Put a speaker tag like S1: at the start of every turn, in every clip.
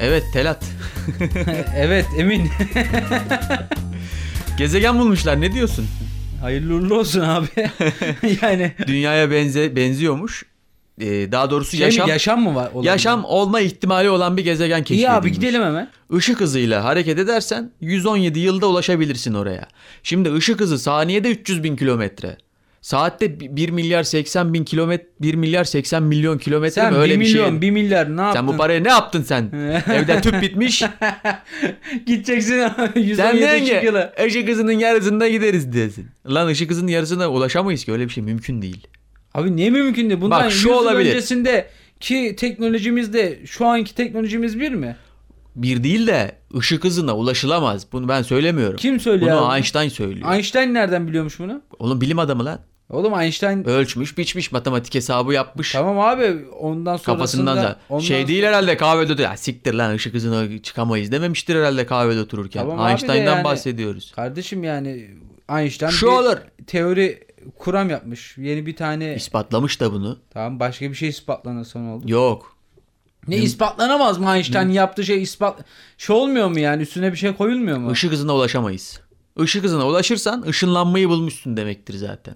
S1: Evet Telat.
S2: evet Emin.
S1: Gezegen bulmuşlar ne diyorsun?
S2: Hayırlı uğurlu olsun abi. yani
S1: Dünyaya benze benziyormuş. Ee, daha doğrusu
S2: şey mi,
S1: yaşam
S2: yaşam mı var? olan
S1: yaşam
S2: bir-
S1: olma ihtimali olan bir gezegen keşfedilmiş.
S2: İyi abi gidelim hemen.
S1: Işık hızıyla hareket edersen 117 yılda ulaşabilirsin oraya. Şimdi ışık hızı saniyede 300 bin kilometre. Saatte bi- 1 milyar 80 bin kilometre, 1 milyar 80 milyon kilometre
S2: Sen
S1: mi?
S2: 1
S1: Öyle bir şey.
S2: milyon, 1 milyar ne yaptın?
S1: Sen bu paraya ne yaptın sen? Evde tüp bitmiş.
S2: Gideceksin abi,
S1: sen
S2: 117
S1: diyorsun
S2: ışık
S1: ki
S2: yılı.
S1: ışık hızının yarısında gideriz diyorsun. Lan ışık hızının yarısına ulaşamayız ki öyle bir şey mümkün değil.
S2: Abi niye mümkün değil? Bundan
S1: Bak, şu
S2: 100 yıl
S1: olabilir.
S2: öncesinde ki teknolojimizde şu anki teknolojimiz bir mi?
S1: Bir değil de ışık hızına ulaşılamaz. Bunu ben söylemiyorum.
S2: Kim söylüyor?
S1: Bunu
S2: abi?
S1: Einstein söylüyor.
S2: Einstein nereden biliyormuş bunu?
S1: Oğlum bilim adamı lan.
S2: Oğlum Einstein
S1: Ölçmüş, biçmiş, matematik hesabı yapmış.
S2: tamam abi ondan sonrasında
S1: Kafasından da
S2: ondan
S1: şey değil herhalde kahvede otur. Ya siktir lan ışık hızına çıkamayız dememiştir herhalde kahvede otururken.
S2: Tamam abi de
S1: Einstein'dan
S2: yani-
S1: bahsediyoruz.
S2: Kardeşim yani Einstein
S1: Şu
S2: bir
S1: olur.
S2: teori kuram yapmış. Yeni bir tane
S1: İspatlamış da bunu.
S2: tamam başka bir şey ispatlanırsa ne oldu?
S1: Yok.
S2: Ne ispatlanamaz mı Einstein yaptığı şey ispat şey olmuyor mu yani üstüne bir şey koyulmuyor mu?
S1: Işık hızına ulaşamayız. Işık hızına ulaşırsan ışınlanmayı bulmuşsun demektir zaten.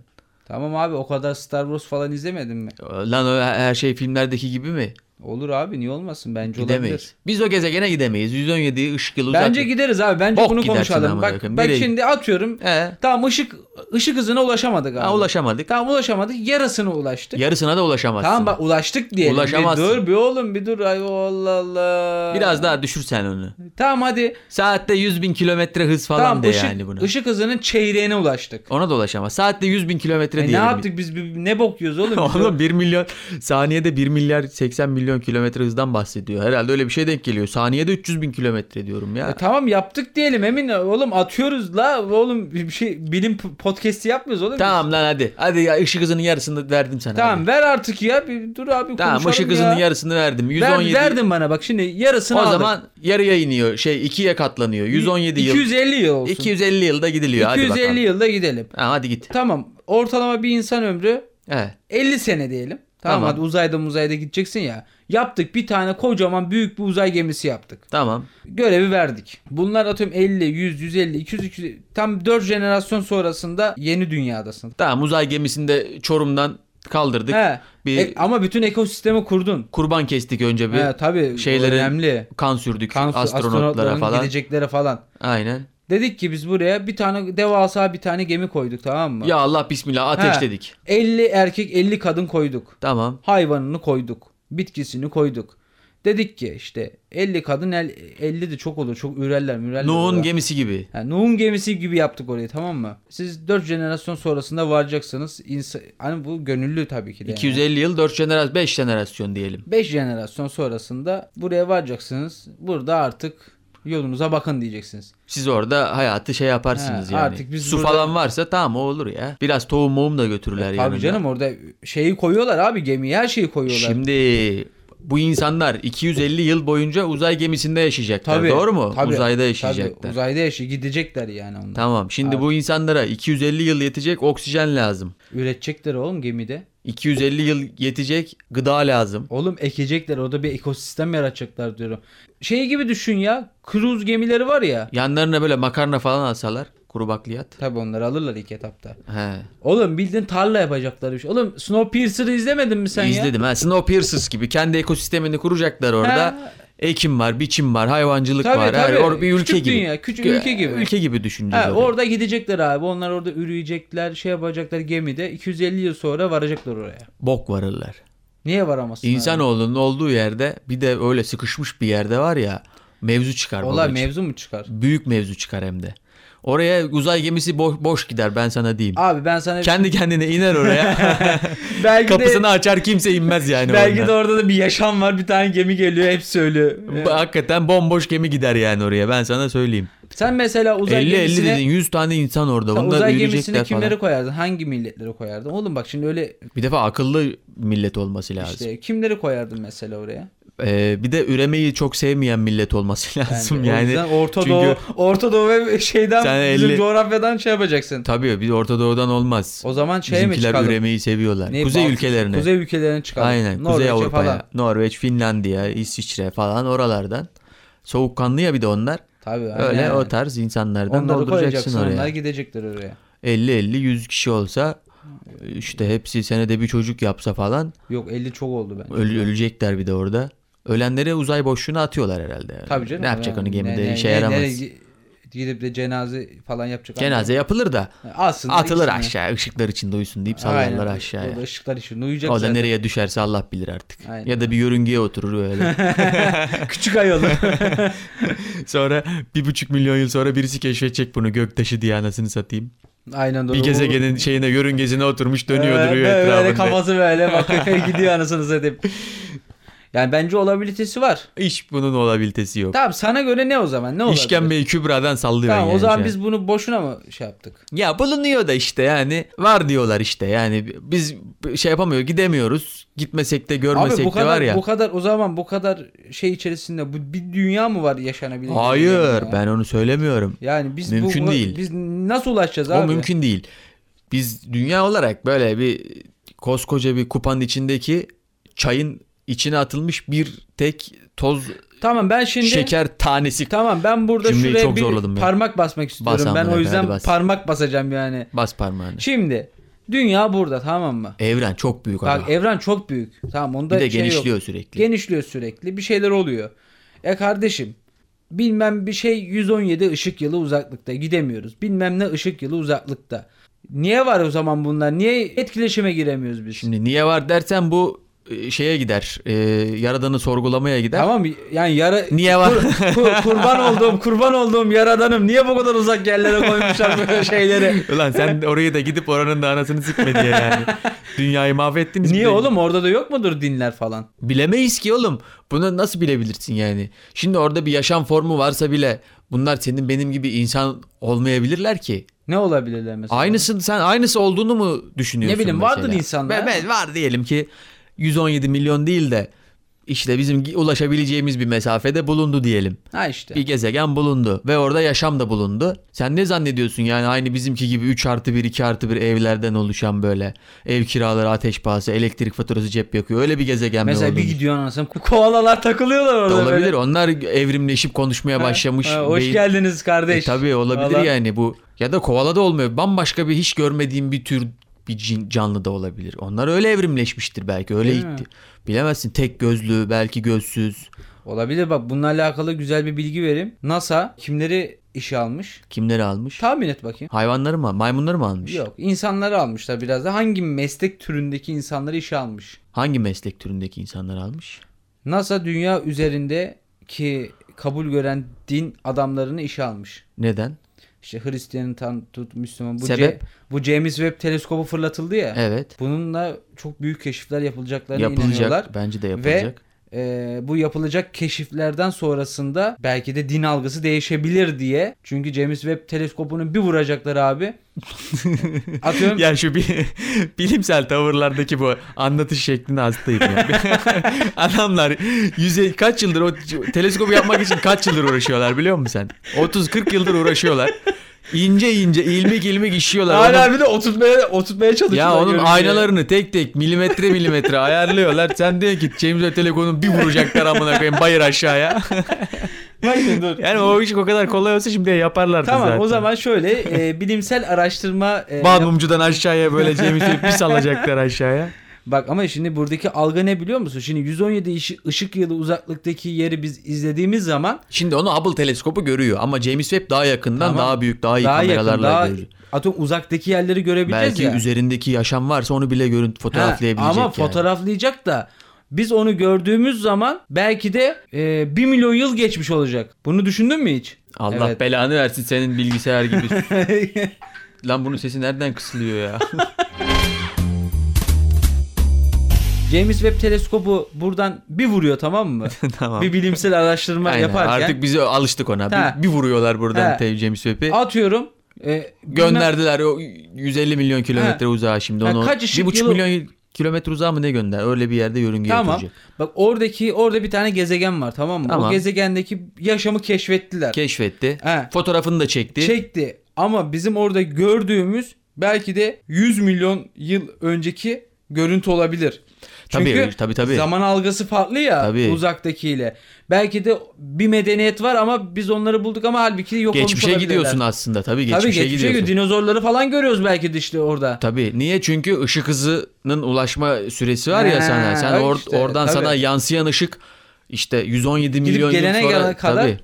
S2: Tamam abi o kadar Star Wars falan izlemedin mi?
S1: Lan o her şey filmlerdeki gibi mi?
S2: Olur abi niye olmasın bence
S1: Gidemeyiz.
S2: olabilir.
S1: Biz o gezegene gidemeyiz. 117 ışık yılı uzak.
S2: Bence gideriz abi. Bence
S1: Bok
S2: bunu
S1: gidersin
S2: konuşalım.
S1: amına
S2: Bak
S1: koyayım.
S2: bak
S1: Nereye-
S2: şimdi atıyorum.
S1: He.
S2: Tamam ışık ışık hızına ulaşamadık abi.
S1: Ha, ulaşamadık.
S2: Tamam ulaşamadık. Yarısına ulaştık.
S1: Yarısına da ulaşamazsın.
S2: tamam bak ulaştık diyelim.
S1: Ulaşamazsın.
S2: Bir dur bir oğlum bir dur. Ay Allah Allah.
S1: Biraz daha düşürsen onu.
S2: Tamam hadi.
S1: Saatte 100 bin kilometre hız falan
S2: tamam
S1: de
S2: ışık,
S1: yani buna.
S2: ışık hızının çeyreğine ulaştık.
S1: Ona da ulaşamaz. Saatte 100 bin kilometre
S2: E ne
S1: diyelim.
S2: yaptık biz Bir- bir- ne bok yiyoruz oğlum? Biz
S1: Oğlum 1 milyon saniyede 1 milyar 80 milyon kilometre hızdan bahsediyor. Herhalde öyle bir şey denk geliyor. Saniyede 300 bin kilometre diyorum ya.
S2: E tamam yaptık diyelim emin ol. oğlum atıyoruz la oğlum bir şey bilim p- podcast'i yapmıyoruz oğlum. biz.
S1: tamam lan hadi. Hadi ya ışık hızının yarısını verdim sana.
S2: Tamam
S1: hadi.
S2: ver artık ya bir dur abi
S1: Tamam
S2: konuşalım
S1: ışık
S2: ya.
S1: hızının yarısını verdim. 117.
S2: Ver, verdin bana bak şimdi yarısını
S1: o
S2: aldık.
S1: zaman yarıya iniyor. Şey 2'ye katlanıyor. 117 yıl.
S2: 250 yıl olsun.
S1: 250 yılda gidiliyor.
S2: 250
S1: hadi bakalım.
S2: yılda gidelim.
S1: Ha, hadi git.
S2: Tamam ortalama bir insan ömrü
S1: Evet.
S2: 50 sene diyelim. Tamam,
S1: Tamam.
S2: hadi uzayda uzayda gideceksin ya. Yaptık bir tane kocaman büyük bir uzay gemisi yaptık.
S1: Tamam.
S2: Görevi verdik. Bunlar atıyorum 50, 100, 150, 200, 200 tam 4 jenerasyon sonrasında yeni dünyadasın.
S1: Tamam uzay gemisinde Çorum'dan kaldırdık.
S2: He.
S1: Bir
S2: E, ama bütün ekosistemi kurdun.
S1: kurban kestik önce bir.
S2: He, tabii
S1: şeylerin-
S2: önemli.
S1: Kan sürdük
S2: Kan-
S1: astronotlara
S2: astronotların
S1: falan.
S2: gideceklere falan.
S1: Aynen.
S2: Dedik ki biz buraya bir tane devasa bir tane gemi koyduk tamam mı?
S1: Ya Allah bismillah ateşledik.
S2: 50 erkek 50 kadın koyduk.
S1: Tamam.
S2: Hayvanını koyduk. Bitkisini koyduk. Dedik ki işte 50 kadın el- 50 de çok olur. Çok ürerler mürerler.
S1: Nuh'un
S2: orada.
S1: gemisi gibi.
S2: Yani Nuh'un gemisi gibi yaptık orayı tamam mı? Siz 4 jenerasyon sonrasında varacaksınız. İnsan, hani bu gönüllü tabii ki de.
S1: 250 yıl 4 jenerasyon 5 jenerasyon diyelim.
S2: 5 jenerasyon sonrasında buraya varacaksınız. Burada artık yolunuza bakın diyeceksiniz.
S1: Siz orada hayatı şey yaparsınız
S2: He,
S1: yani.
S2: artık biz
S1: Su
S2: burada- E,
S1: falan varsa tamam o olur ya. Biraz tohum mohum da götürürler
S2: Tabii
S1: yanında.
S2: canım orada şeyi koyuyorlar abi gemiye her şeyi koyuyorlar.
S1: Şimdi bu insanlar 250 yıl boyunca uzay gemisinde yaşayacaklar.
S2: Tabii,
S1: Doğru mu?
S2: tabii,
S1: Uzayda
S2: Tabii,
S1: yaşayacaklar.
S2: uzayda yaşay gidecekler yani onlar.
S1: Tamam. Şimdi
S2: Abi.
S1: bu insanlara 250 yıl yetecek oksijen lazım.
S2: Üretecekler oğlum gemide.
S1: 250 yıl yetecek gıda lazım.
S2: Oğlum ekecekler orada bir ekosistem yaratacaklar diyorum. Şey gibi düşün ya. Kruz gemileri var ya.
S1: Yanlarına böyle makarna falan alsalar. Kuru bakliyat.
S2: Tabi onları alırlar ilk etapta.
S1: He.
S2: Oğlum bildiğin tarla yapacaklar bir şey. Oğlum Snowpiercer'ı izlemedin mi sen ya?
S1: İzledim. Ha, Snowpiercer gibi kendi ekosistemini kuracaklar orada.
S2: Ha.
S1: Ekim var, biçim var, hayvancılık
S2: Tabii,
S1: var.
S2: tabii.
S1: Her- or- bir ülke
S2: Küçük
S1: gibi.
S2: dünya, küçük ülke gibi.
S1: Ülke gibi düşüneceğiz.
S2: Ha,
S1: orayı.
S2: orada gidecekler abi. Onlar orada üreyecekler, şey yapacaklar gemide. 250 yıl sonra varacaklar oraya.
S1: Bok varırlar.
S2: Niye varamazsın? abi?
S1: İnsanoğlunun olduğu yerde bir de öyle sıkışmış bir yerde var ya mevzu çıkar. bunun
S2: Olay
S1: için.
S2: mevzu mu çıkar?
S1: Büyük mevzu çıkar hem de. Oraya uzay gemisi boş, boş gider ben sana diyeyim.
S2: Abi ben sana
S1: Kendi kendine iner oraya.
S2: belki de
S1: Kapısını açar kimse inmez yani.
S2: belki de
S1: oradan.
S2: orada da bir yaşam var. Bir tane gemi geliyor, hepsi ölü.
S1: Bu Hakikaten bomboş gemi gider yani oraya ben sana söyleyeyim.
S2: Sen mesela uzay
S1: 50 50
S2: gemisine
S1: dedin 100 tane insan orada.
S2: Sen
S1: Bunlar
S2: uzay
S1: yürüyecekler
S2: gemisine
S1: falan.
S2: kimleri koyardın? Hangi milletleri koyardın? Oğlum bak şimdi öyle
S1: Bir defa akıllı millet olması lazım.
S2: işte kimleri koyardın mesela oraya?
S1: Ee, bir de üremeyi çok sevmeyen millet olması lazım
S2: Bence. O
S1: yani.
S2: yüzden Orta
S1: çünkü-
S2: Doğu, Orta Doğu ve şeyden
S1: Sen
S2: bizim
S1: elli-
S2: coğrafyadan şey yapacaksın.
S1: Tabii bir Orta Doğu'dan olmaz.
S2: O zaman şey mi
S1: Bizimkiler
S2: çıkalım?
S1: üremeyi seviyorlar.
S2: Ne,
S1: kuzey
S2: Baltık-
S1: ülkelerine.
S2: Kuzey ülkelerine çıkalım.
S1: Aynen
S2: Norveç'e
S1: Kuzey Avrupa'ya.
S2: falan.
S1: Norveç, Finlandiya, İsviçre falan oralardan. Soğukkanlı ya bir de onlar.
S2: Tabii. aynen.
S1: Öyle o tarz insanlardan
S2: Onları
S1: dolduracaksın
S2: koyacaksın
S1: oraya.
S2: onlar gidecekler oraya.
S1: 50-50-100 kişi olsa işte hepsi senede bir çocuk yapsa falan
S2: Yok 50 çok oldu bence.
S1: öl- ölecekler bir de orada. Ölenleri uzay boşluğuna atıyorlar herhalde. yani.
S2: Tabii canım.
S1: Ne yapacak
S2: yani
S1: onu gemide
S2: ne- ne-
S1: işe
S2: ne-
S1: yaramaz.
S2: nereye gi- Gidip de cenaze falan yapacak.
S1: Cenaze yapılır da
S2: Yani Aslında
S1: atılır
S2: ikisini-
S1: aşağı ışıklar içinde uyusun deyip
S2: Aynen.
S1: sallarlar aşağıya.
S2: Orada ışıklar işin uyuyacak
S1: O da
S2: zaten.
S1: nereye düşerse Allah bilir artık.
S2: Aynen.
S1: Ya da bir yörüngeye oturur öyle.
S2: Küçük ay olur.
S1: sonra bir buçuk milyon yıl sonra birisi keşfedecek bunu göktaşı diye anasını satayım.
S2: Aynen doğru.
S1: Bir gezegenin şeyine yörüngesine oturmuş dönüyor
S2: Evet,
S1: duruyor
S2: böyle
S1: etrafında.
S2: kafası böyle bakıyor gidiyor anasını satayım. Yani bence olabilitesi var.
S1: İş bunun olabilitesi yok.
S2: Tamam sana göre ne o zaman? Ne olabilir?
S1: İşkembeyi Kübra'dan sallıyor
S2: Tamam
S1: yani. şey.
S2: o zaman
S1: şu an.
S2: biz bunu boşuna mı şey yaptık?
S1: Ya bulunuyor da işte yani var diyorlar işte yani biz şey yapamıyor gidemiyoruz. Gitmesek de görmesek
S2: Abi bu
S1: de var
S2: kadar
S1: ya.
S2: bu kadar o zaman bu kadar şey içerisinde bu bir dünya mı var yaşanabilir?
S1: Hayır
S2: Ya?
S1: ben onu söylemiyorum.
S2: Yani biz
S1: Mümkün
S2: bu,
S1: değil.
S2: Biz nasıl ulaşacağız abi?
S1: O mümkün değil. Biz dünya olarak böyle bir koskoca bir kupanın içindeki çayın içine atılmış bir tek toz
S2: Tamam ben şimdi
S1: şeker tanesi
S2: Tamam ben burada
S1: Cümleyi
S2: şuraya
S1: çok
S2: bir
S1: zorladım ya.
S2: parmak basmak istiyorum.
S1: amına
S2: ben o
S1: koyayım,
S2: yüzden
S1: hadi bas.
S2: parmak basacağım yani.
S1: bas parmağını.
S2: Şimdi dünya burada tamam mı?
S1: Evren çok büyük ama.
S2: Bak evren çok büyük. Tamam onda
S1: bir de
S2: şey
S1: genişliyor
S2: yok.
S1: sürekli.
S2: Genişliyor sürekli. Bir şeyler oluyor. E kardeşim bilmem bir şey 117 ışık yılı uzaklıkta gidemiyoruz. Bilmem ne ışık yılı uzaklıkta. Niye var o zaman bunlar? Niye etkileşime giremiyoruz biz?
S1: Şimdi niye var dersen bu e, şeye gider. e, yaradanı sorgulamaya gider.
S2: Tamam mı? yani yara
S1: Niye var?
S2: Kur- kur- kurban olduğum kurban olduğum yaradanım niye bu kadar uzak yerlere koymuşlar böyle şeyleri?
S1: Ulan sen oraya da gidip oranın da anasını sikme diye yani. Dünyayı mahvettiniz.
S2: Niye
S1: bile-
S2: oğlum orada da yok mudur dinler falan?
S1: Bilemeyiz ki oğlum. Bunu nasıl bilebilirsin yani? Şimdi orada bir yaşam formu varsa bile bunlar senin benim gibi insan olmayabilirler ki.
S2: Ne olabilirler mesela?
S1: Aynısı sen aynısı olduğunu mu düşünüyorsun?
S2: Ne bileyim, vardır
S1: mesela?
S2: insanlar.
S1: Ve- ve var diyelim ki 117 milyon değil de işte bizim gi- ulaşabileceğimiz bir mesafede bulundu diyelim.
S2: Ha işte.
S1: Bir gezegen bulundu ve orada yaşam da bulundu. Sen ne zannediyorsun yani aynı bizimki gibi 3 artı 1 2 artı 1 evlerden oluşan böyle ev kiraları ateş pahası elektrik faturası cep yakıyor öyle bir gezegen mi
S2: mesela
S1: olduğunu
S2: bir gidiyor anasın koalalar takılıyorlar
S1: da
S2: orada
S1: olabilir.
S2: böyle.
S1: Onlar evrimleşip konuşmaya
S2: Ha,
S1: başlamış.
S2: ha, hoş
S1: beyin-
S2: geldiniz
S1: E,
S2: kardeş.
S1: tabii olabilir
S2: Falan.
S1: yani bu. Ya da koala da olmuyor. Bambaşka bir hiç görmediğim bir tür bir cin, canlı da olabilir. Onlar öyle evrimleşmiştir belki. Öyle
S2: Değil mi?
S1: gitti. Bilemezsin. Tek gözlü, belki gözsüz.
S2: Olabilir bak bununla alakalı güzel bir bilgi vereyim. NASA kimleri işe almış?
S1: Kimleri almış?
S2: Tahmin et bakayım.
S1: Hayvanları mı? Maymunları mı almış?
S2: Yok insanları almışlar biraz da. Hangi meslek türündeki insanları işe almış?
S1: Hangi meslek türündeki insanları almış?
S2: NASA dünya üzerindeki kabul gören din adamlarını işe almış.
S1: Neden?
S2: İşte Hristiyan'tan tut Müslüman. Bu,
S1: Sebep?
S2: Ce- bu James Webb teleskobu fırlatıldı ya.
S1: Evet.
S2: Bununla çok büyük keşifler yapılacaklarına inanıyorlar.
S1: Yapılacak. Bence de yapılacak.
S2: Ee, bu yapılacak keşiflerden sonrasında belki de din algısı değişebilir diye. Çünkü James Webb teleskobunu bir vuracaklar abi. Atıyorum
S1: Ya şu bi- bilimsel tavırlardaki bu anlatış şekline hastayım ya. Adamlar yüze kaç yıldır o c- teleskobu yapmak için kaç yıldır uğraşıyorlar biliyor musun sen? 30-40 yıldır uğraşıyorlar. İnce ince ilmik ilmik işiyorlar. Onun-
S2: hala bir de oturtmaya, oturtmaya
S1: ya
S2: çalışıyorlar.
S1: onun
S2: görüntüye.
S1: aynalarını tek tek milimetre milimetre ayarlıyorlar. Sen diyor ki James Webb teleskobu bir vuracaklar amına koyayım bayır aşağıya.
S2: Aynen, dur.
S1: yani o iş o kadar kolay olsa şimdi yaparlardı
S2: Tamam
S1: zaten.
S2: o zaman şöyle e, bilimsel araştırma
S1: Ee,
S2: e, yap-
S1: Balmumcudan aşağıya böyle James Webb'i bir salacaklar aşağıya.
S2: Bak ama şimdi buradaki algı ne biliyor musun? Şimdi 117 ışı- ışık yılı uzaklıktaki yeri biz izlediğimiz zaman
S1: Şimdi onu Hubble teleskobu görüyor ama James Webb daha yakından,
S2: Tamam.
S1: daha büyük, daha iyi
S2: daha
S1: kameralarla
S2: yakın, daha
S1: görüyor.
S2: atom uzaktaki yerleri görebileceğiz
S1: Belki
S2: ya.
S1: üzerindeki yaşam varsa onu bile görüntü
S2: Ha,
S1: fotoğraflayabilecek
S2: Ama
S1: yani.
S2: fotoğraflayacak da biz onu gördüğümüz zaman belki de e, 1 milyon yıl geçmiş olacak. Bunu düşündün mü hiç?
S1: Allah
S2: Evet.
S1: belanı versin senin bilgisayar gibi. Lan bunun sesi nereden kısılıyor ya?
S2: James Webb teleskobu buradan bir vuruyor tamam mı?
S1: tamam.
S2: bir bilimsel araştırma
S1: Aynen,
S2: yaparken
S1: Artık bize alıştık ona.
S2: Ha.
S1: Bir, bir vuruyorlar buradan
S2: Ha.
S1: te- James Webb'i.
S2: atıyorum e, bilmem-
S1: Gönderdiler o 150 milyon kilometre uzağa şimdi
S2: Ha,
S1: onu.
S2: kaç ışık
S1: 1,5
S2: yılı-
S1: milyon kilometre uzağa mı ne gönder? Öyle bir yerde yörüngeye
S2: Tamam.
S1: oturacak.
S2: Bak oradaki orada bir tane gezegen var tamam mı? O
S1: Tamam.
S2: gezegendeki yaşamı keşfettiler.
S1: Keşfetti.
S2: Ha.
S1: Fotoğrafını da çekti.
S2: Şey, Çekti. Ama bizim orada gördüğümüz belki de 100 milyon yıl önceki görüntü olabilir.
S1: Tabii,
S2: Çünkü
S1: tabii, tabii.
S2: zaman algısı farklı ya
S1: Tabii.
S2: uzaktakiyle. Belki de bir medeniyet var ama biz onları bulduk ama halbuki yok olmuş
S1: Geçmişe
S2: olabilirler.
S1: gidiyorsun aslında tabii geçmişe,
S2: Tabii geçmişe gidiyor.
S1: gidiyorsun.
S2: Dinozorları falan görüyoruz belki de işte orada.
S1: Tabii. Niye? Çünkü ışık hızının ulaşma süresi var ya
S2: Ha,
S1: sana. Sen
S2: öyle
S1: or-
S2: işte,
S1: oradan
S2: tabii.
S1: sana yansıyan ışık işte 117
S2: Gidip
S1: milyon
S2: gelene
S1: yıl sonra.
S2: gelene kadar.
S1: Tabii.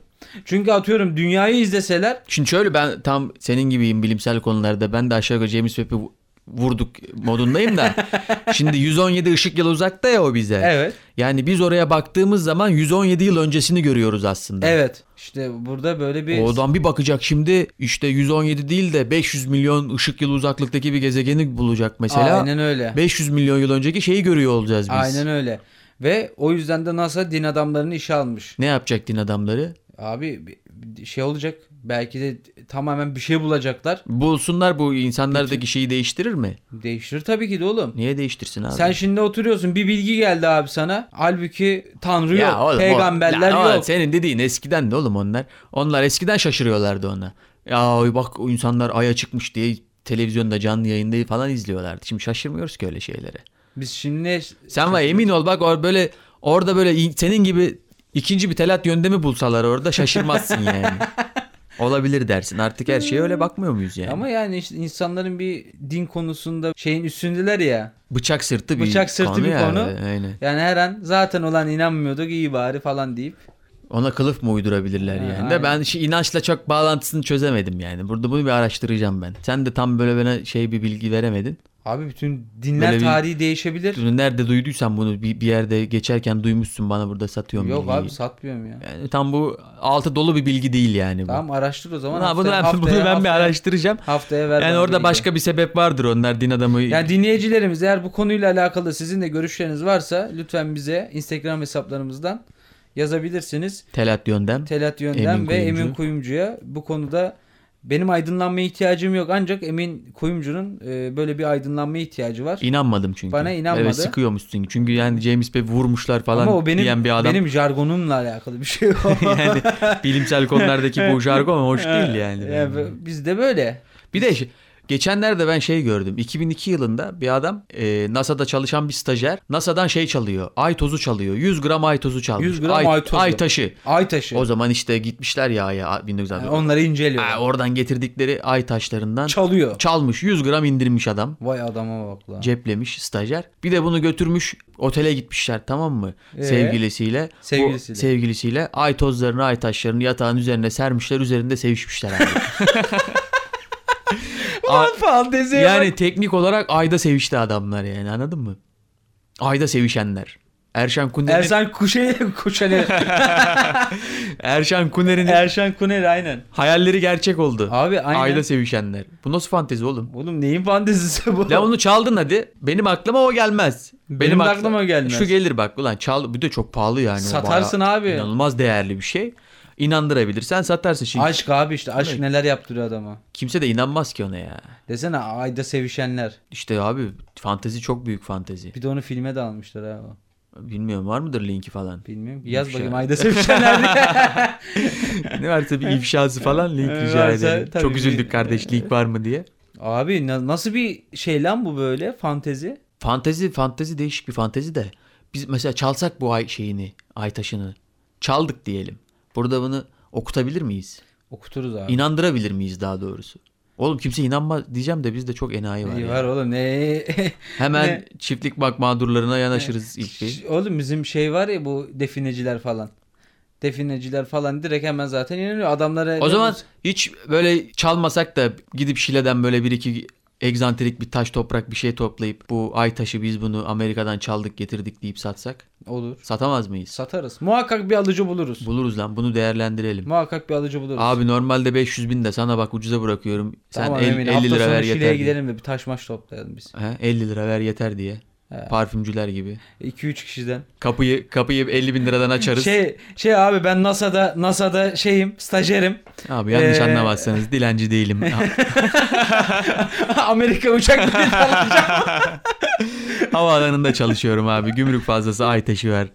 S2: Çünkü atıyorum dünyayı izleseler
S1: Şimdi şöyle ben tam senin gibiyim bilimsel konularda. Ben de aşağı yukarı James Webb'i vu- vurduk modundayım da. Şimdi 117 ışık yılı uzakta ya o bize.
S2: evet.
S1: Yani biz oraya baktığımız zaman 117 yıl öncesini görüyoruz aslında.
S2: Evet. İşte burada böyle bir
S1: O adam bir bakacak şimdi işte 117 değil de 500 milyon ışık yılı uzaklıktaki bir gezegeni bulacak mesela.
S2: Aynen öyle.
S1: 500 milyon yıl önceki şeyi görüyor olacağız biz.
S2: Aynen öyle. Ve o yüzden de NASA din adamlarını işe almış.
S1: Ne yapacak din adamları?
S2: Abi bir- bir şey olacak. Belki de tamamen bir şey bulacaklar.
S1: Bulsunlar bu insanlardaki şeyi değiştirir mi?
S2: Değişir tabii ki de oğlum.
S1: Niye değiştirsin abi?
S2: Sen şimdi oturuyorsun bir bilgi geldi abi sana. Halbuki tanrı yok,
S1: oğlum, o-
S2: peygamberler
S1: lan oğlum,
S2: yok.
S1: Senin dediğin eskiden ne oğlum onlar? Onlar eskiden şaşırıyorlardı ona. Ya oy bak o insanlar aya çıkmış diye televizyonda canlı yayında falan izliyorlardı. Şimdi şaşırmıyoruz ki öyle şeylere.
S2: Biz şimdi
S1: Sen var ya, emin ol bak or böyle orada böyle in- senin gibi ikinci bir telat yöndemi bulsalar orada şaşırmazsın yani. Olabilir dersin. Artık her şeye öyle bakmıyor muyuz yani?
S2: ama yani işte insanların bir din konusunda şeyin üstündeler ya.
S1: bıçak sırtı bir
S2: Bıçak sırtı
S1: konu
S2: bir
S1: ya,
S2: konu.
S1: Aynen.
S2: Yani her an zaten olan inanmıyorduk iyi bari falan deyip
S1: Ona kılıf mı uydurabilirler
S2: Ha,
S1: yani?
S2: aynen.
S1: De ben şu inançla çok bağlantısını çözemedim yani. Burada bunu bir araştıracağım ben. Sen de tam böyle bana şey bir bilgi veremedin.
S2: abi bütün dinler
S1: Böyle bir-
S2: tarihi değişebilir.
S1: Nerede duyduysan bunu bir, bir yerde geçerken duymuşsun bana burada satıyorum
S2: Yok
S1: bilgiyi.
S2: abi satmıyorum ya.
S1: Yani tam bu altı dolu bir bilgi değil yani bu.
S2: Tamam araştır o zaman.
S1: Ha, bunu ben, bunu ben bir araştıracağım.
S2: Haftaya ver.
S1: Yani
S2: bana şey.
S1: orada
S2: bilgi.
S1: başka bir sebep vardır onlar din adamı.
S2: Yani dinleyicilerimiz eğer bu konuyla alakalı sizin de görüşleriniz varsa lütfen bize Instagram hesaplarımızdan yazabilirsiniz.
S1: Telat yönden.
S2: Telat Yönden
S1: Emin
S2: ve
S1: Kuyumcu.
S2: Emin Kuyumcu'ya bu konuda benim aydınlanmaya ihtiyacım yok ancak Emin Kuyumcu'nun e, böyle bir aydınlanmaya ihtiyacı var.
S1: İnanmadım çünkü.
S2: Bana inanmadı.
S1: Evet sıkıyormuşsun. Çünkü yani James Webb vurmuşlar falan
S2: Ama o benim
S1: diyen bir adam.
S2: benim jargonumla alakalı bir şey o.
S1: yani bilimsel konulardaki bu jargon hoş değil yani.
S2: Yani biz de böyle.
S1: Bir de şey- geçenlerde ben şey gördüm. 2002 yılında bir adam e, NASA'da çalışan bir stajyer NASA'dan şey çalıyor. Ay tozu çalıyor. 100 gram ay tozu çalmış.
S2: 100 gram ay tozu.
S1: Ay taşı.
S2: Ay taşı.
S1: O zaman işte gitmişler ya aya 1960.
S2: Yani onları inceliyor.
S1: Ha, oradan getirdikleri ay taşlarından
S2: Çalıyor.
S1: çalmış. 100 gram indirmiş adam.
S2: Vay adama bak lan.
S1: ceplemiş stajyer. Bir de bunu götürmüş otele gitmişler tamam mı?
S2: Ee?
S1: sevgilisiyle. Bu
S2: Sevgilisiyle.
S1: sevgilisiyle ay tozlarını ay taşlarını yatağın üzerine sermişler üzerinde sevişmişler abi. A-
S2: Fanteziye bak.
S1: yani teknik olarak ayda sevişti adamlar yani anladın mı? Ayda sevişenler. Erşan Kuner'in
S2: Ersan Kuşe Kuşeli.
S1: Erşan Kuner'in
S2: Hani Erşan Kuneri aynen.
S1: hayalleri gerçek oldu.
S2: Abi aynen.
S1: Ayda sevişenler. Bu nasıl fantezi oğlum?
S2: Oğlum neyin fantezisi bu?
S1: Ya onu çaldın hadi. Benim aklıma o gelmez.
S2: Benim de aklıma gelmez.
S1: Şu gelir bak ulan çal bir de çok pahalı yani. o
S2: Satarsın
S1: bayağı
S2: abi.
S1: İnanılmaz değerli bir şey. İnandırabilirsen satarsın. Şimdi
S2: Aşk abi işte aşk neler yaptırıyor adama.
S1: kimse de inanmaz ki ona ya.
S2: Desene ayda sevişenler.
S1: İşte abi fantezi çok büyük fantezi.
S2: Bir de onu filme de almışlar abi.
S1: Bilmiyorum var mıdır linki falan.
S2: Bilmiyorum. Bir Yaz
S1: Şey.
S2: bakayım ayda sevişenler diye.
S1: ne varsa bir ifşası falan link
S2: Ee,
S1: rica
S2: varsa
S1: edelim.
S2: tabii
S1: Çok
S2: bir- Ee,
S1: üzüldük kardeş link var mı diye.
S2: abi na- nasıl bir şey lan bu böyle fantezi?
S1: Fantezi fantezi değişik bir fantezi de. Biz mesela çalsak bu ay şeyini, ay taşını. Çaldık diyelim. Burada bunu okutabilir miyiz?
S2: Okuturuz abi.
S1: İnandırabilir miyiz daha doğrusu? Oğlum kimse inanmaz diyeceğim de bizde çok enayi var.
S2: İyi
S1: ya.
S2: var oğlum ne?
S1: Hemen
S2: Ne?
S1: çiftlik bak mağdurlarına yanaşırız ilk bir.
S2: oğlum bizim şey var ya bu defineciler falan. Defineciler falan direkt hemen zaten inanıyor. Adamlara
S1: O zaman hiç böyle çalmasak da gidip Şile'den böyle bir iki egzantrik bir taş toprak bir şey toplayıp bu ay taşı biz bunu Amerika'dan çaldık getirdik deyip satsak
S2: olur.
S1: satamaz mıyız?
S2: Satarız. Muhakkak bir alıcı buluruz.
S1: Buluruz lan bunu değerlendirelim.
S2: Muhakkak bir alıcı buluruz.
S1: Abi normalde 500 bin de sana bak ucuza bırakıyorum. Sen
S2: Tamam
S1: el-
S2: Emin,
S1: 50
S2: hafta
S1: lira
S2: sonu
S1: ver
S2: Şile'ye
S1: yeter. diye.
S2: gidelim de bir taş maç toplayalım biz.
S1: He, 50 lira ver yeter diye.
S2: He.
S1: Parfümcüler gibi.
S2: 2-3 kişiden.
S1: Kapıyı kapıyı 50 bin liradan açarız.
S2: Şey şey abi ben NASA'da NASA'da şeyim, stajyerim.
S1: Abi yanlış
S2: Ee,
S1: anlamazsanız dilenci değilim.
S2: Amerika uçak bileti alacağım.
S1: Havaalanında çalışıyorum abi. Gümrük fazlası ay taşı ver.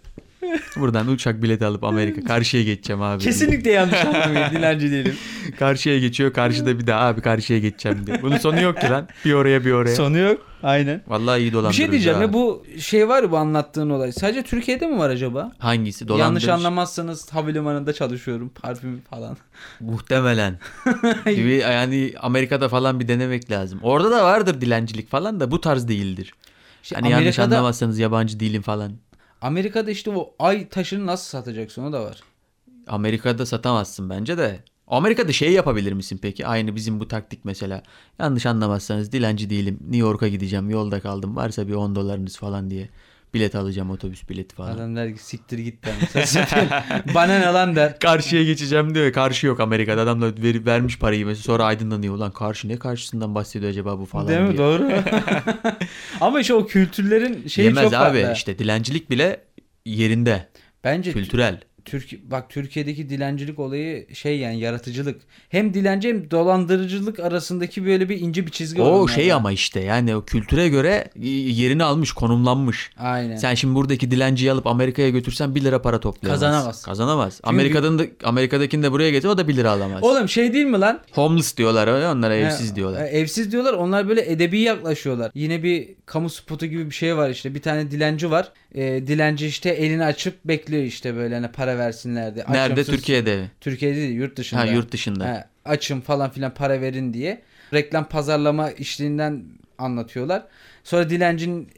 S1: Buradan uçak bileti alıp Amerika karşıya geçeceğim abi.
S2: Kesinlikle yanlış anlamayın dilenci değilim.
S1: Karşıya geçiyor karşıda bir daha abi karşıya geçeceğim diye. Bunun sonu yok ki lan. Bir oraya bir oraya.
S2: Sonu yok. Aynen.
S1: Vallahi iyi
S2: Bir
S1: dolandırıcı.
S2: şey diyeceğim
S1: ha.
S2: ya bu şey var ya bu anlattığın olay. Sadece Türkiye'de mi var acaba?
S1: Hangisi?
S2: Yanlış
S1: Dolandırıcı.
S2: anlamazsanız havalimanında çalışıyorum parfüm falan.
S1: Muhtemelen. Gibi yani Amerika'da falan bir denemek lazım. Orada da vardır dilencilik falan da bu tarz değildir.
S2: İşte
S1: hani yanlış
S2: Şey, Amerika'da,
S1: anlamazsanız yabancı değilim falan.
S2: Amerika'da işte o ay taşını nasıl satacaksın o da var.
S1: Amerika'da satamazsın bence de. Amerika'da şey yapabilir misin peki? Aynı bizim bu taktik mesela. Yanlış anlamazsanız dilenci değilim. New York'a gideceğim. Yolda kaldım. Varsa bir 10 dolarınız falan diye. Bilet alacağım otobüs bileti falan.
S2: Adam der ki siktir git ben. Bana ne lan der.
S1: Karşıya geçeceğim diyor. ya, Karşı yok Amerika'da. Adam da ver- vermiş parayı mesela. Sonra aydınlanıyor. Ulan karşı ne karşısından bahsediyor acaba bu falan
S2: Değil mi?
S1: diye.
S2: Doğru. Ama işte o kültürlerin şeyi
S1: Yemez
S2: çok
S1: abi.
S2: farklı.
S1: İşte dilencilik bile yerinde.
S2: Bence
S1: Kültürel.
S2: Türk bak Türkiye'deki dilencilik olayı şey yani yaratıcılık. Hem dilenci hem dolandırıcılık arasındaki böyle bir ince bir çizgi var
S1: O
S2: onlarda.
S1: şey ama işte yani o kültüre göre y- yerini almış, konumlanmış.
S2: Aynen.
S1: Sen şimdi buradaki dilenciyi alıp Amerika'ya götürsen 1 lira para toplayamaz.
S2: Kazanamaz.
S1: Kazanamaz. Amerika'dan da, Amerika'dakini de buraya getir o da 1 lira alamaz.
S2: Oğlum şey değil mi lan?
S1: Homeless diyorlar öyle, onlara
S2: Ha,
S1: evsiz diyorlar.
S2: e, Evsiz diyorlar. Onlar böyle edebi yaklaşıyorlar. Yine bir kamu spotu gibi bir şey var işte. Bir tane dilenci var. E, dilenci işte elini açıp bekliyor işte böyle hani para versinler diye.
S1: Nerede?
S2: Açımsız-
S1: Türkiye'de.
S2: Türkiye'de değil yurt dışında.
S1: Ha yurt dışında.
S2: Ha, açım falan filan para verin diye. Reklam pazarlama işliğinden anlatıyorlar. Sonra dilencinin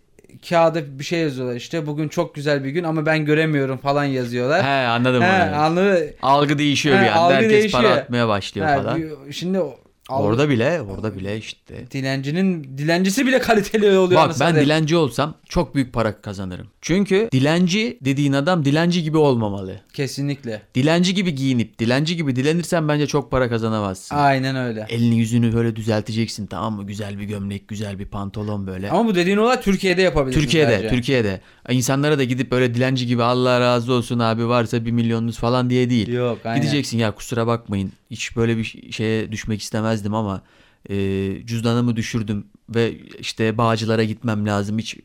S2: kağıda bir şey yazıyorlar işte bugün çok güzel bir gün ama ben göremiyorum falan yazıyorlar.
S1: He anladım
S2: He,
S1: onu.
S2: anladın?
S1: Algı değişiyor
S2: He,
S1: bir anda.
S2: algı
S1: Herkes
S2: değişiyor.
S1: para atmaya başlıyor
S2: He,
S1: falan.
S2: bir- Şimdi o- al-
S1: Orada bile, orada bile işte.
S2: dilencinin dilencisi bile kaliteli oluyor.
S1: Bak
S2: anasını
S1: ben
S2: satayım.
S1: dilenci olsam çok büyük para kazanırım. Çünkü dilenci dediğin adam dilenci gibi olmamalı.
S2: Kesinlikle.
S1: Dilenci gibi giyinip dilenci gibi dilenirsen bence çok para kazanamazsın.
S2: Aynen öyle.
S1: Elini yüzünü böyle düzelteceksin tamam mı? Güzel bir gömlek, güzel bir pantolon böyle.
S2: Ama bu dediğin olay Türkiye'de yapabilirsin.
S1: Türkiye'de,
S2: sadece.
S1: Türkiye'de. İnsanlara da gidip böyle dilenci gibi Allah razı olsun abi varsa bir milyonunuz falan diye değil.
S2: Yok aynen.
S1: Gideceksin ya kusura bakmayın. Hiç böyle bir ş- şeye düşmek istemezdim ama e, cüzdanımı düşürdüm ve işte bağcılara gitmem lazım. Hiç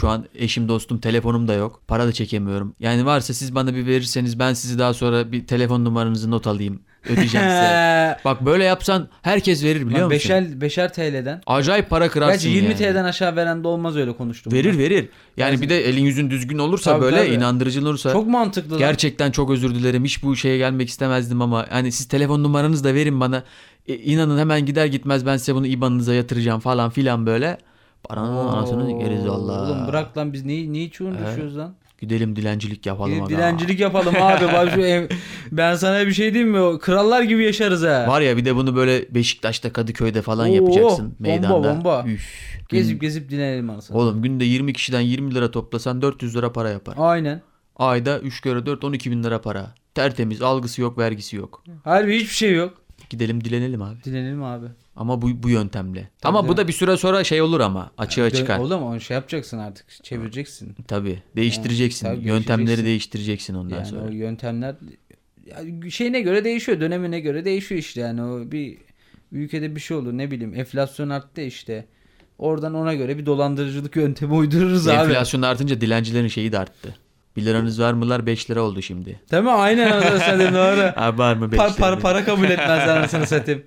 S1: şu an eşim dostum telefonum da yok. Para da çekemiyorum. Yani varsa siz bana bir verirseniz ben sizi daha sonra bir telefon numaranızı not alayım. Ödeyeceğim size.
S2: He,
S1: Bak böyle yapsan herkes verir biliyor
S2: lan
S1: musun?
S2: beşer, beşer TL'den.
S1: Acayip para kırarsın
S2: Gerçi 20
S1: yani.
S2: TL'den aşağı veren de olmaz öyle konuştum.
S1: Verir verir. Yani
S2: Gerçi-
S1: bir de elin yüzün düzgün olursa
S2: Tabii,
S1: böyle
S2: tabii.
S1: inandırıcı olursa.
S2: Çok mantıklı. lan.
S1: Gerçekten çok özür dilerim. Hiç bu şeye gelmek istemezdim ama hani siz telefon numaranızı da verin bana. E, inanın hemen gider gitmez ben size bunu IBAN'ınıza yatıracağım falan filan böyle. Paranın anasını yeriz valla.
S2: Oğlum bırak lan biz niye, niye çoğunu düşüyoruz lan?
S1: Gidelim dilencilik yapalım.
S2: Gidip
S1: aga.
S2: dilencilik yapalım abi. Bak şu ev- ben sana bir şey diyeyim mi? O Krallar gibi yaşarız ha.
S1: Var ya bir de bunu böyle Beşiktaş'ta Kadıköy'de falan
S2: Oo,
S1: yapacaksın
S2: bomba,
S1: meydanda.
S2: bomba.
S1: Üf.
S2: Gezip gezip dilenelim anasını.
S1: Oğlum günde 20 kişiden 20 lira toplasan 400 lira para yapar.
S2: Aynen.
S1: Ayda 3 kere 4 12 bin lira para. Tertemiz algısı yok vergisi yok.
S2: Harbi hiçbir şey yok.
S1: Gidelim dilenelim abi.
S2: Dilenelim abi.
S1: Ama bu, bu yöntemle. ama bu
S2: canım.
S1: da bir süre sonra şey olur ama açığa
S2: Dön-
S1: çıkar.
S2: Oğlum onu şey yapacaksın artık. Çevireceksin.
S1: Tabii. Değiştireceksin.
S2: tabii
S1: Yöntemleri
S2: değiştireceksin.
S1: değiştireceksin ondan
S2: yani
S1: sonra.
S2: o yöntemler ya şeyine göre değişiyor. Dönemine göre değişiyor işte. Yani o bir ülkede bir şey olur ne bileyim. Enflasyon arttı işte. Oradan ona göre bir dolandırıcılık yöntemi uydururuz abi.
S1: Enflasyon artınca dilencilerin şeyi de arttı. 1 liranız var mılar 5 lira oldu şimdi.
S2: Değil mi? Aynen anasını satayım doğru.
S1: Abi var mı 5
S2: Para,
S1: lira?
S2: para, para kabul etmez anasını satayım.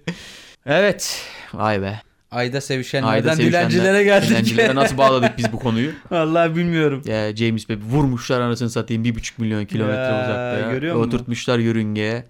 S1: Evet. Vay be.
S2: Ayda sevişenlerden
S1: Ayda sevişenler-
S2: dilencilere geldik.
S1: Dilencilere nasıl bağladık biz bu konuyu?
S2: Vallahi bilmiyorum.
S1: Ya James Bey vurmuşlar anasını satayım 1,5 milyon kilometre
S2: Ya,
S1: uzakta. Ya.
S2: görüyor
S1: Ve
S2: musun?
S1: Oturtmuşlar yörüngeye.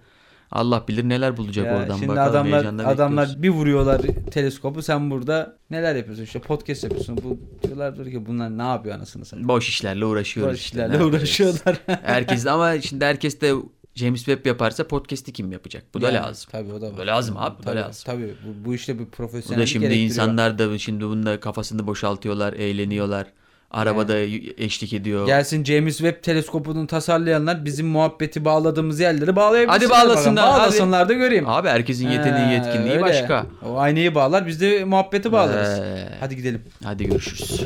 S1: Allah bilir neler bulacak
S2: Ya
S1: oradan.
S2: şimdi
S1: Bakalım
S2: adamlar
S1: heyecanla
S2: adamlar
S1: bekliyoruz.
S2: bir vuruyorlar teleskopu sen burada neler yapıyorsun işte podcast yapıyorsun bu diyorlar diyor ki bunlar ne yapıyor anasını satayım.
S1: boş işlerle uğraşıyoruz.
S2: Boş
S1: işte,
S2: işlerle
S1: ne yapacağız?
S2: uğraşıyorlar.
S1: Herkes de ama şimdi herkes de James Webb yaparsa podcast'i kim yapacak? Bu da
S2: Yani,
S1: lazım.
S2: Tabii o da var.
S1: Bu lazım abi, bu da
S2: Tabii,
S1: lazım.
S2: Tabii bu, bu işte bir
S1: Bu da
S2: profesyonellik
S1: şimdi
S2: gerektiriyor.
S1: insanlar da şimdi bunda kafasını boşaltıyorlar, eğleniyorlar. Arabada y- eşlik ediyor.
S2: Gelsin James Webb teleskopunu tasarlayanlar bizim muhabbeti bağladığımız yerleri bağlayabilirler.
S1: Hadi bağlasınlar, hadi.
S2: Bakalım. Bağlasınlar da göreyim.
S1: Abi herkesin yeteneği,
S2: Ha,
S1: yetkinliği
S2: öyle.
S1: başka.
S2: O aynayı bağlar biz de muhabbeti bağlarız.
S1: Ee,
S2: Hadi gidelim.
S1: hadi görüşürüz.